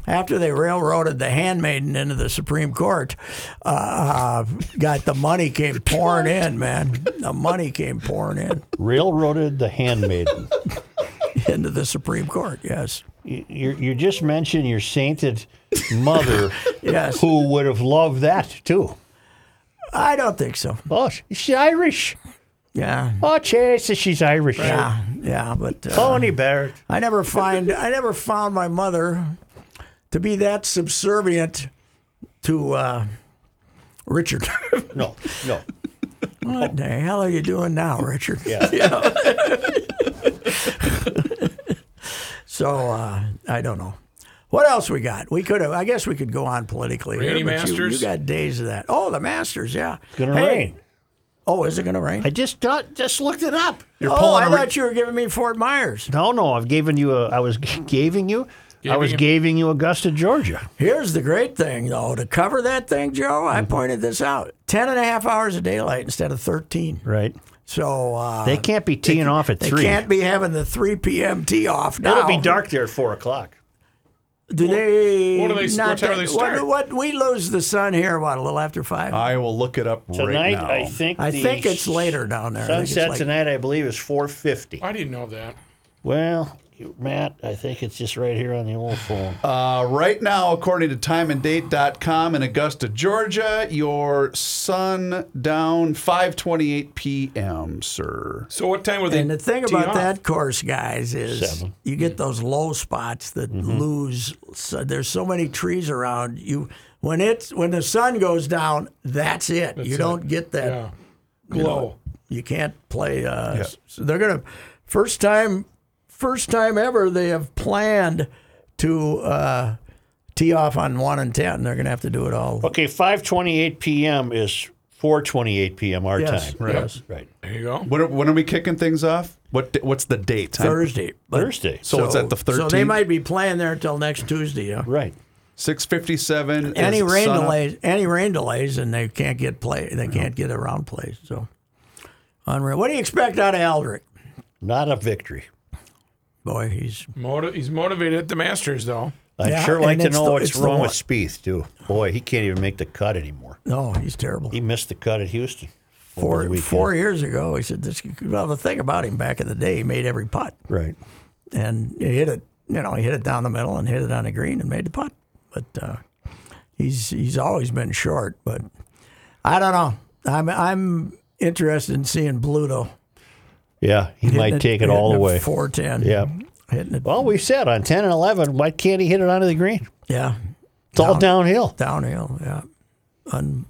S3: After they railroaded the handmaiden into the Supreme Court, uh, uh, got the money came pouring in, man. The money came pouring in
S5: Railroaded the handmaiden.
S3: into the Supreme Court. Yes.
S5: you, you you just mentioned your sainted mother,
S3: Yes.
S5: who would have loved that too.
S3: I don't think so.
S5: Oh, sh- she's Irish.
S3: Yeah.
S5: Oh, Chase, she's Irish.
S3: Yeah, yeah, but uh,
S5: Tony Barrett.
S3: I never find I never found my mother to be that subservient to uh, Richard.
S5: No, no.
S3: what the hell are you doing now, Richard?
S5: Yeah.
S3: You know? so uh, I don't know. What else we got? We could have. I guess we could go on politically. here,
S1: Rainy
S3: but you- You,
S1: Masters?
S3: got days of that. Oh, the Masters. Yeah.
S5: Gonna
S3: Hey.
S5: rain.
S3: Oh, is it gonna rain?
S5: I just thought, just looked it up.
S3: oh, I thought you were giving me Fort Myers.
S5: No, no. I've given you a. I was g- giving you. I
S1: Giving
S5: was
S1: him-
S5: giving you Augusta, Georgia.
S3: Here's the great thing, though. To
S5: Mm-hmm.
S3: cover that thing, Joe, I pointed this out. Ten and a half hours of daylight instead of 13.
S5: Right.
S3: So uh,
S5: They can't be teeing off at
S3: they
S5: three.
S3: can't be having the 3 p.m. tee off now.
S5: It'll be dark there at four o'clock.
S3: Do they?
S1: What do they-
S3: not
S1: what time do they
S3: that-
S1: start?
S3: What, what- we lose the sun here. What a little after five.
S4: I will look it up right
S5: Tonight,
S4: now.
S5: I think
S3: I
S5: Uh, the
S3: think it's later down there. I think it's
S5: Sunset
S3: like-
S5: tonight, I believe, is four fifty.
S1: I didn't know that.
S5: Well, you- Matt, I think it's just right here on the old phone.
S3: Oh.
S4: Uh, right now, according to timeanddate.com in Augusta, Georgia, your sun down 5:28 p.m., sir.
S1: So what time were they?
S3: And the thing
S1: teeing
S3: about
S1: off?
S3: that course, guys, is
S5: Seven. Mm-hmm.
S3: you get those low spots that lose. So there's so many trees around you. When it's when the sun goes down, that's it. you don't get that.
S1: yeah. glow.
S3: You can't play. Uh, so they're gonna first time, first time ever they have planned to uh, tee off on one and ten. They're gonna have to do it all.
S5: Okay, five twenty-eight p.m. is four twenty-eight p.m. our
S3: Yes,
S5: time.
S3: Right. yes.
S5: right.
S1: There you go.
S4: When are, when are we kicking things off? What da- what's the date? I'm-
S3: Thursday. But-
S5: Thursday.
S4: so, it's at the 13th.
S3: So they might be playing there until next Tuesday. Yeah.
S5: right.
S4: 6:57.
S3: any
S4: is
S3: rain
S4: sun up.
S3: delays, any rain delays, and they can't get play. They can't get around plays. So, unreal. What do you expect out of Aldrich?
S5: Not a victory.
S3: Boy, he's
S1: Motiv- he's motivated at the Masters, though.
S5: I'd
S3: Yeah,
S5: sure like
S3: and
S5: to
S3: it's
S5: know
S3: the-
S5: what's
S3: it's the
S5: wrong
S3: one.
S5: with Spieth too. Boy, he can't even make the cut anymore.
S3: no, he's terrible.
S5: He missed the cut at Houston. over the
S3: Four
S5: weekend.
S3: four years ago, he said this. Well, the thing about him back in the day, he made every putt
S5: Right.
S3: and he hit it. You know, he hit it down the middle and hit it on the green and made the putt. But uh, he's he's always been short. But I don't know. I'm I'm interested in seeing Bluto.
S5: Yeah, he might take it all the way.
S3: Four ten.
S5: Yeah.
S3: hitting it.
S5: Well, we said on ten and eleven, why can't he hit it onto the green?
S3: Yeah,
S5: It's all downhill.
S3: downhill. Yeah, Un,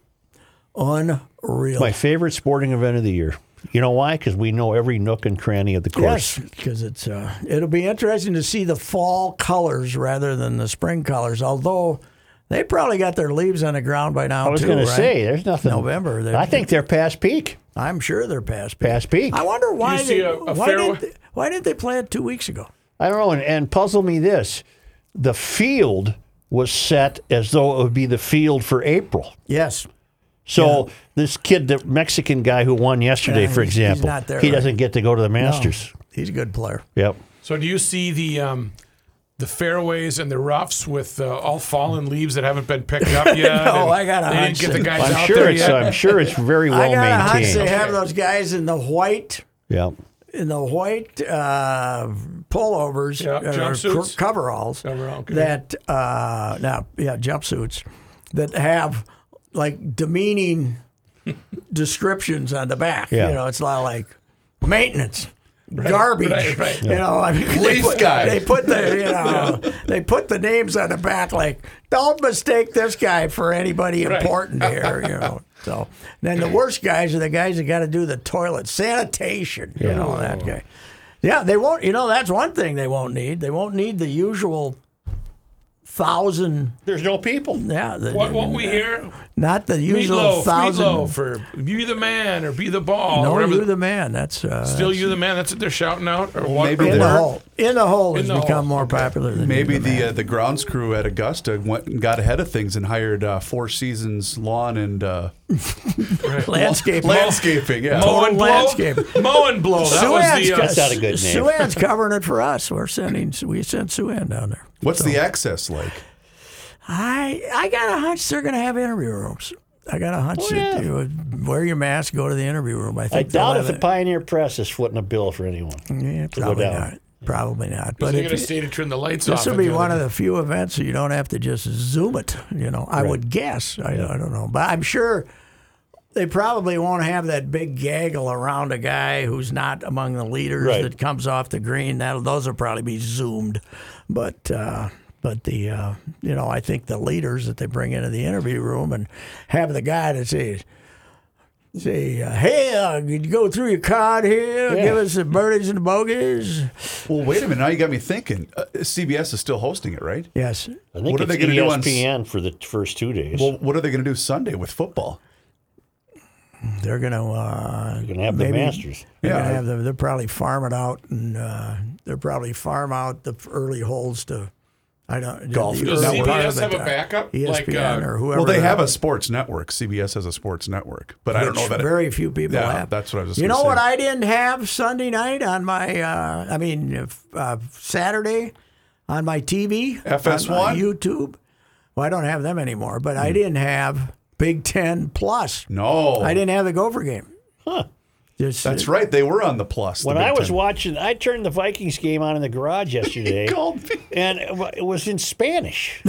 S3: unreal.
S5: My favorite sporting event of the year. You know why? Because we know every nook and cranny of the course.
S3: Yes, because it's uh, it'll be interesting to see the fall colors rather than the spring colors. Although they probably got their leaves on the ground by now.
S5: I was
S3: too,
S5: going
S3: right?
S5: to say, there's nothing.
S3: November, they-
S5: I think they're past peak.
S3: I'm sure they're past peak.
S5: Past peak.
S3: I wonder why
S1: see
S3: they,
S1: a- a
S3: why
S1: fairway?
S3: didn't they, why didn't they play it two weeks ago?
S5: I don't know. And, and puzzle me this: the field was set as though it would be the field for April.
S3: Yes,
S5: So this kid, the Mexican guy who won yesterday,
S3: Yeah,
S5: for
S3: he's- he's
S5: example,
S3: not there,
S5: he
S3: right?
S5: doesn't get to go to the Masters.
S3: Oh, he's a good player.
S5: Yep.
S1: So do you see the um, the fairways and the roughs with uh, all fallen leaves that haven't been picked up yet?
S3: No,
S1: And
S3: I got a
S1: They
S3: hunch
S1: didn't get the
S3: that-
S1: guys
S5: I'm
S1: out
S5: sure
S1: there
S5: it's.
S1: yet.
S5: I'm sure it's very well
S3: I got a hunch
S5: maintained.
S3: they have those guys in the white
S5: Yeah.
S3: in the white uh, pullovers,
S1: Yeah,
S3: uh,
S1: jumpsuits.
S3: co- coveralls
S1: Coverall, okay.
S3: that uh, now, yeah, jumpsuits that have like demeaning descriptions on the back.
S5: Yeah.
S3: You know, it's a lot like maintenance. garbage,
S1: right, right.
S3: you know. I mean, they
S4: Police
S3: put,
S4: guy.
S3: They put the, you know, they put the names on the back. Like, don't mistake this guy for anybody important here, you know. So, then the worst guys are the guys that got to do the toilet sanitation. You know that guy. Yeah, they won't. You know, that's one thing they won't need. They won't need the usual thousand.
S5: There's no people.
S3: Yeah, the,
S1: What won't we hear?
S3: not the usual
S1: Meatloaf,
S3: thousand.
S1: meatloaf, or be the man, or be the ball,
S3: No,
S1: or whatever.
S3: you the man. That's uh,
S1: Still you the man. That's what they're shouting out. Or what,
S4: Maybe
S1: or
S3: in the
S4: they're-
S1: what?
S3: hole. In the hole has
S1: In the
S3: become
S1: hole.
S3: more popular than
S4: Maybe
S3: you the man.
S4: the uh, the grounds crew at Augusta went and got ahead of things and hired uh, Four Seasons Lawn and uh,
S3: landscape.
S4: landscaping. Yeah,
S1: Mow and
S3: Total
S1: blow.
S3: landscape.
S1: Mow and blow. That was the.
S5: That's
S1: Uh,
S5: not a good name.
S3: Suan's covering it for us. We're sending we sent Suan down there.
S4: What's the access like?
S3: I I got a hunch they're going to have interview rooms. I got a hunch that you would wear your mask, go to the interview room.
S5: Oh,
S3: I
S5: I
S3: think they'll
S5: doubt if
S3: have
S5: the Pioneer Press is footing a bill for anyone.
S3: it. Yeah, probably
S5: down.
S3: not. Probably not. But
S1: they're
S3: if
S1: gonna
S3: you-
S1: stay to turn the lights off.
S3: this will be
S1: again.
S3: one of the few events that you don't have to just zoom it. You know, I would guess. I, I don't know, but I'm sure they probably won't have that big gaggle around a guy who's not among the leaders
S5: Right.
S3: that comes off the green. That those will probably be zoomed, but. Uh, but the uh, you know I think the leaders that they bring into the interview room and have the guy that says say uh, hey uh, could you go through your card here
S5: Yeah.
S3: give us the birdies and the bogeys
S4: Well, wait a minute. Now you got me thinking. Uh, CBS is still hosting it, right?
S3: yes
S5: I think
S4: What are
S5: it's E
S4: they gonna do on s-
S5: ESPN for the first two days.
S4: Well, what are they going to do Sunday with football?
S3: they're gonna uh,
S5: They're going to have the
S3: maybe-
S5: Masters.
S3: They're
S4: Yeah.
S3: gonna have them. They'll probably farm it out, and uh, they'll probably farm out the early holes to. I don't
S4: Golf.
S3: do you
S1: Does
S3: know
S4: Network.
S3: part of
S1: CBS have
S3: it,
S1: a
S3: uh,
S1: backup?
S3: ESPN
S1: Like, uh,
S3: or whoever.
S4: Well, they
S3: the-
S4: have a sports network. CBS has a sports network, but I don't know
S3: which
S4: that it-
S3: very few people
S4: Yeah,
S3: have.
S4: that's what I was just
S3: You know
S4: gonna
S3: what
S4: say.
S3: I didn't have Sunday night on my. Uh, I mean uh, f- uh, Saturday on my TV.
S4: FS1?
S3: on my YouTube. Well, I don't have them anymore, but I didn't have Big Ten Plus.
S4: Hmm. No,
S3: I didn't have the Gopher game. Just,
S4: That's right. They were on the plus. the
S5: When
S4: Big
S5: I was
S4: Ten.
S5: watching, I turned the Vikings game on in the garage yesterday,
S4: called me.
S5: and it wa- it was in Spanish.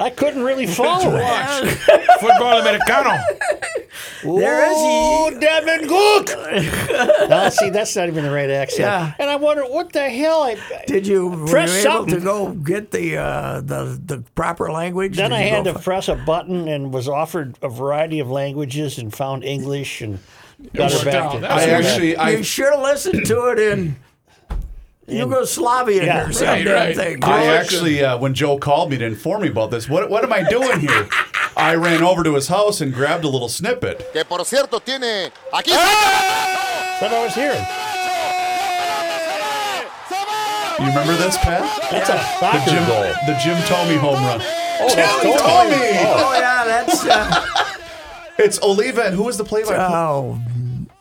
S5: I couldn't really follow it.
S1: Watch. Football Americano.
S3: There is
S5: Oh, Devin Cook! now, see, that's not even the right accent.
S3: Yeah.
S5: And I wonder what the hell. I,
S3: Did you were
S5: Press
S3: you able
S5: something.
S3: to go get the uh, the the proper language?
S5: then
S3: Did
S5: I
S3: you
S5: had
S3: go
S5: to
S3: fi-
S5: press a button and was offered a variety of languages and found English and got her
S1: worked
S5: back.
S1: out.
S5: to-
S1: That's
S4: I actually,
S3: you
S4: I,
S3: should have listened to it in Yugoslavia
S5: Yeah,
S3: or some
S1: right,
S3: damn
S1: right.
S3: thing.
S4: I actually, uh, when Joe called me to inform me about this, what, what am I doing here? I ran over to his house and grabbed a little snippet.
S8: Que por cierto tiene. Aquí.
S5: That's what I was hearing.
S4: You remember this, Pat?
S5: That's a soccer
S4: Jim,
S5: goal.
S4: the Jim Tomey home run.
S5: Oh, that's
S4: Jim
S5: goal.
S4: Tomey!
S3: Oh yeah, that's uh,
S4: It's Oliva, and who was the play-by-play?
S3: oh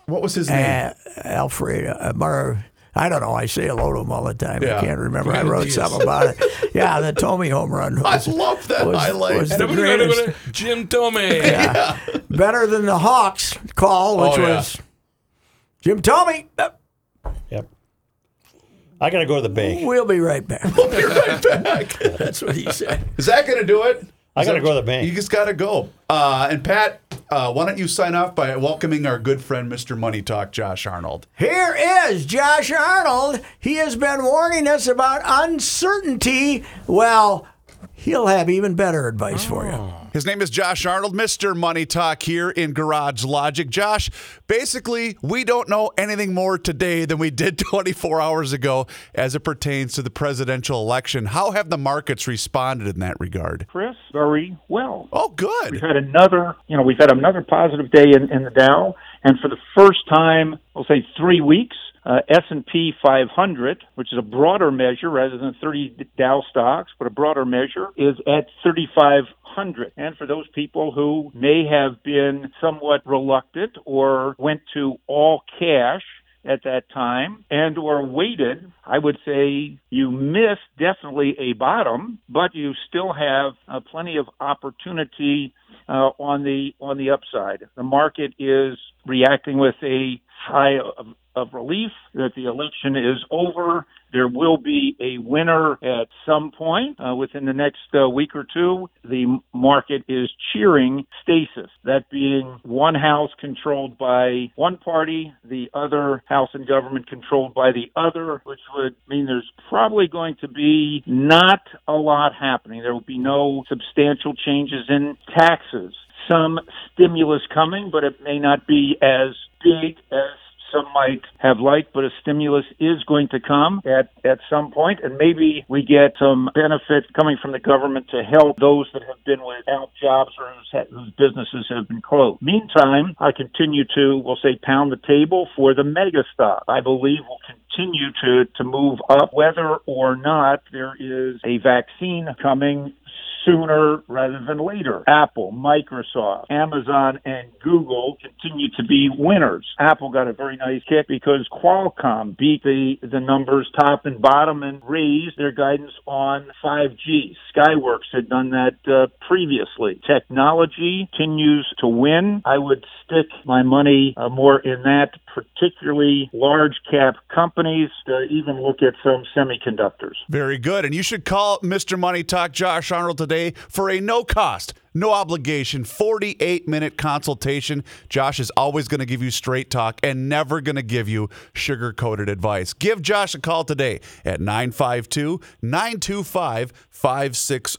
S4: what was his name?
S3: uh, Alfred uh, Mar. I don't know. I say hello to him all the time.
S4: Yeah.
S3: I can't remember. I wrote something about it. Yeah, the Tommy home run.
S4: I
S3: Was,
S4: love that
S3: was-
S4: highlight.
S3: was the
S1: Everybody gotta go
S3: greatest.
S1: to Jim Tomey.
S3: Better than the Hawks call, which
S4: Oh, yeah.
S3: was Jim Tommy. uh,
S5: Yep. I got to go to the bank.
S3: We'll be right back.
S4: That's what he said. Is that going to do it?
S5: I
S4: Is
S5: gotta
S4: that-
S5: go to the bank.
S4: You just got to go. Uh, and Pat, uh, why don't you sign off by welcoming our good friend, Mr. Money Talk, Josh Arnold?
S3: Here is Josh Arnold. He has been warning us about uncertainty. Well, he'll have even better advice for you.
S4: His name is Josh Arnold, Mr. Money Talk here in Garage Logic. Josh, basically, we don't know anything more today than we did 24 hours ago as it pertains to the presidential election. How have the markets responded in that regard?
S9: Chris, very well.
S4: Oh, good.
S9: We've had another, you know, we've had another positive day in, in the Dow, and for the first time, we'll say three weeks, uh, S&P 500, which is a broader measure rather than 30 Dow stocks, but a broader measure, is at 3,500. And for those people who may have been somewhat reluctant or went to all cash at that time and or waited, I would say you missed definitely a bottom, but you still have uh, plenty of opportunity uh, on the on the upside. The market is reacting with a sigh of, of relief that the election is over. There will be a winner at some point uh, within the next uh, week or two. The market is cheering stasis, that being one house controlled by one party, the other house and government controlled by the other, which would mean there's probably going to be not a lot happening. There will be no substantial changes in taxes. Some stimulus coming, but it may not be as big as some might have liked, but a stimulus is going to come at, at some point, and maybe we get some benefit coming from the government to help those that have been without jobs or whose, ha- whose businesses have been closed. Meantime, I continue to, we'll say, pound the table for the mega stock. I believe will continue to, to move up, whether or not there is a vaccine coming sooner rather than later. Apple, Microsoft, Amazon, and Google continue to be winners. Apple got a very nice kick because Qualcomm beat the, the numbers top and bottom and raised their guidance on 5G. Skyworks had done that uh, previously. Technology continues to win. I would stick my money uh, more in that, particularly large cap companies, to even look at some semiconductors.
S4: Very good. And you should call Mr. Money Talk Josh Arnold today for a no cost, no obligation 48 minute consultation. Josh is always going to give you straight talk and never going to give you sugar coated advice. Give Josh a call today at 952 925 5608.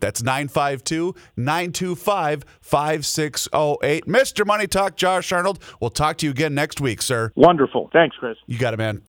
S4: That's 952 925 5608. Mr. Money Talk Josh Arnold, we'll talk to you again next week, sir.
S9: Wonderful. Thanks, Chris.
S4: You got it, man.